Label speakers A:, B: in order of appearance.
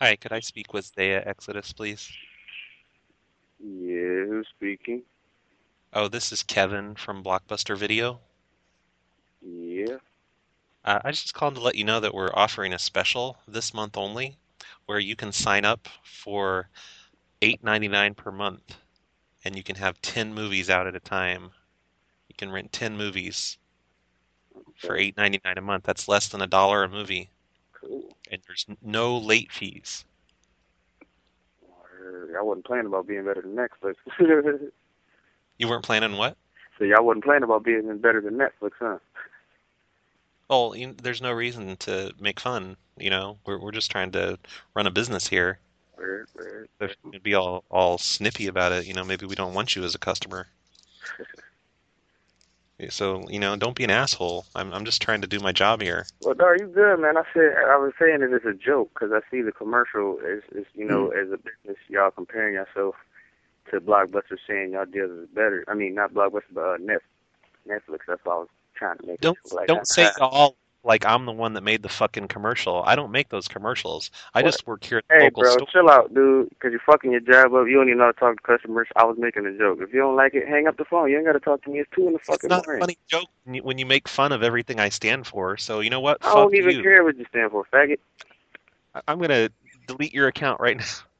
A: All right, could I speak with Zaya Exodus, please?
B: Yeah, who's speaking?
A: Oh, this is Kevin from Blockbuster Video.
B: Yeah.
A: Uh, I just called to let you know that we're offering a special this month only, where you can sign up for $8.99 per month, and you can have 10 movies out at a time. You can rent 10 movies for $8.99 a month. That's less than a dollar a movie,
B: Cool.
A: and there's n- no late fees.
B: Word. I wasn't planning about being better than Netflix.
A: You weren't planning what?
B: so y'all wasn't planning about being better than Netflix, huh?
A: Oh, you, there's no reason to make fun. You know, we're we're just trying to run a business here.
B: Word, word.
A: So If you'd be all all snippy about it, you know, maybe we don't want you as a customer. Yeah, So, you know, don't be an asshole. I'm I'm just trying to do my job here.
B: Well, no, you good, man. I said I was saying that it's a joke because I see the commercial. As, as you know,
A: Mm.
B: as a business, y'all comparing yourself to Blockbuster, saying y'all deals is better. I mean, not Blockbuster, but uh, Net, Netflix. That's what I was trying to make.
A: Don't
B: it like
A: don't say all like I'm the one that made the fucking commercial. I don't make those commercials. I
B: What?
A: just work here at the
B: Hey,
A: local
B: bro,
A: store.
B: chill out, dude. Because you're fucking your job up. You don't even know how to talk to customers. I was making a joke. If you don't like it, hang up the phone. You ain't got to talk to me. It's two in the
A: It's
B: fucking
A: not a
B: morning.
A: funny joke when you, when you make fun of everything I stand for. So, you know what?
B: I don't
A: Fuck
B: even
A: you.
B: care what you stand for, faggot.
A: I- I'm gonna delete your account right now.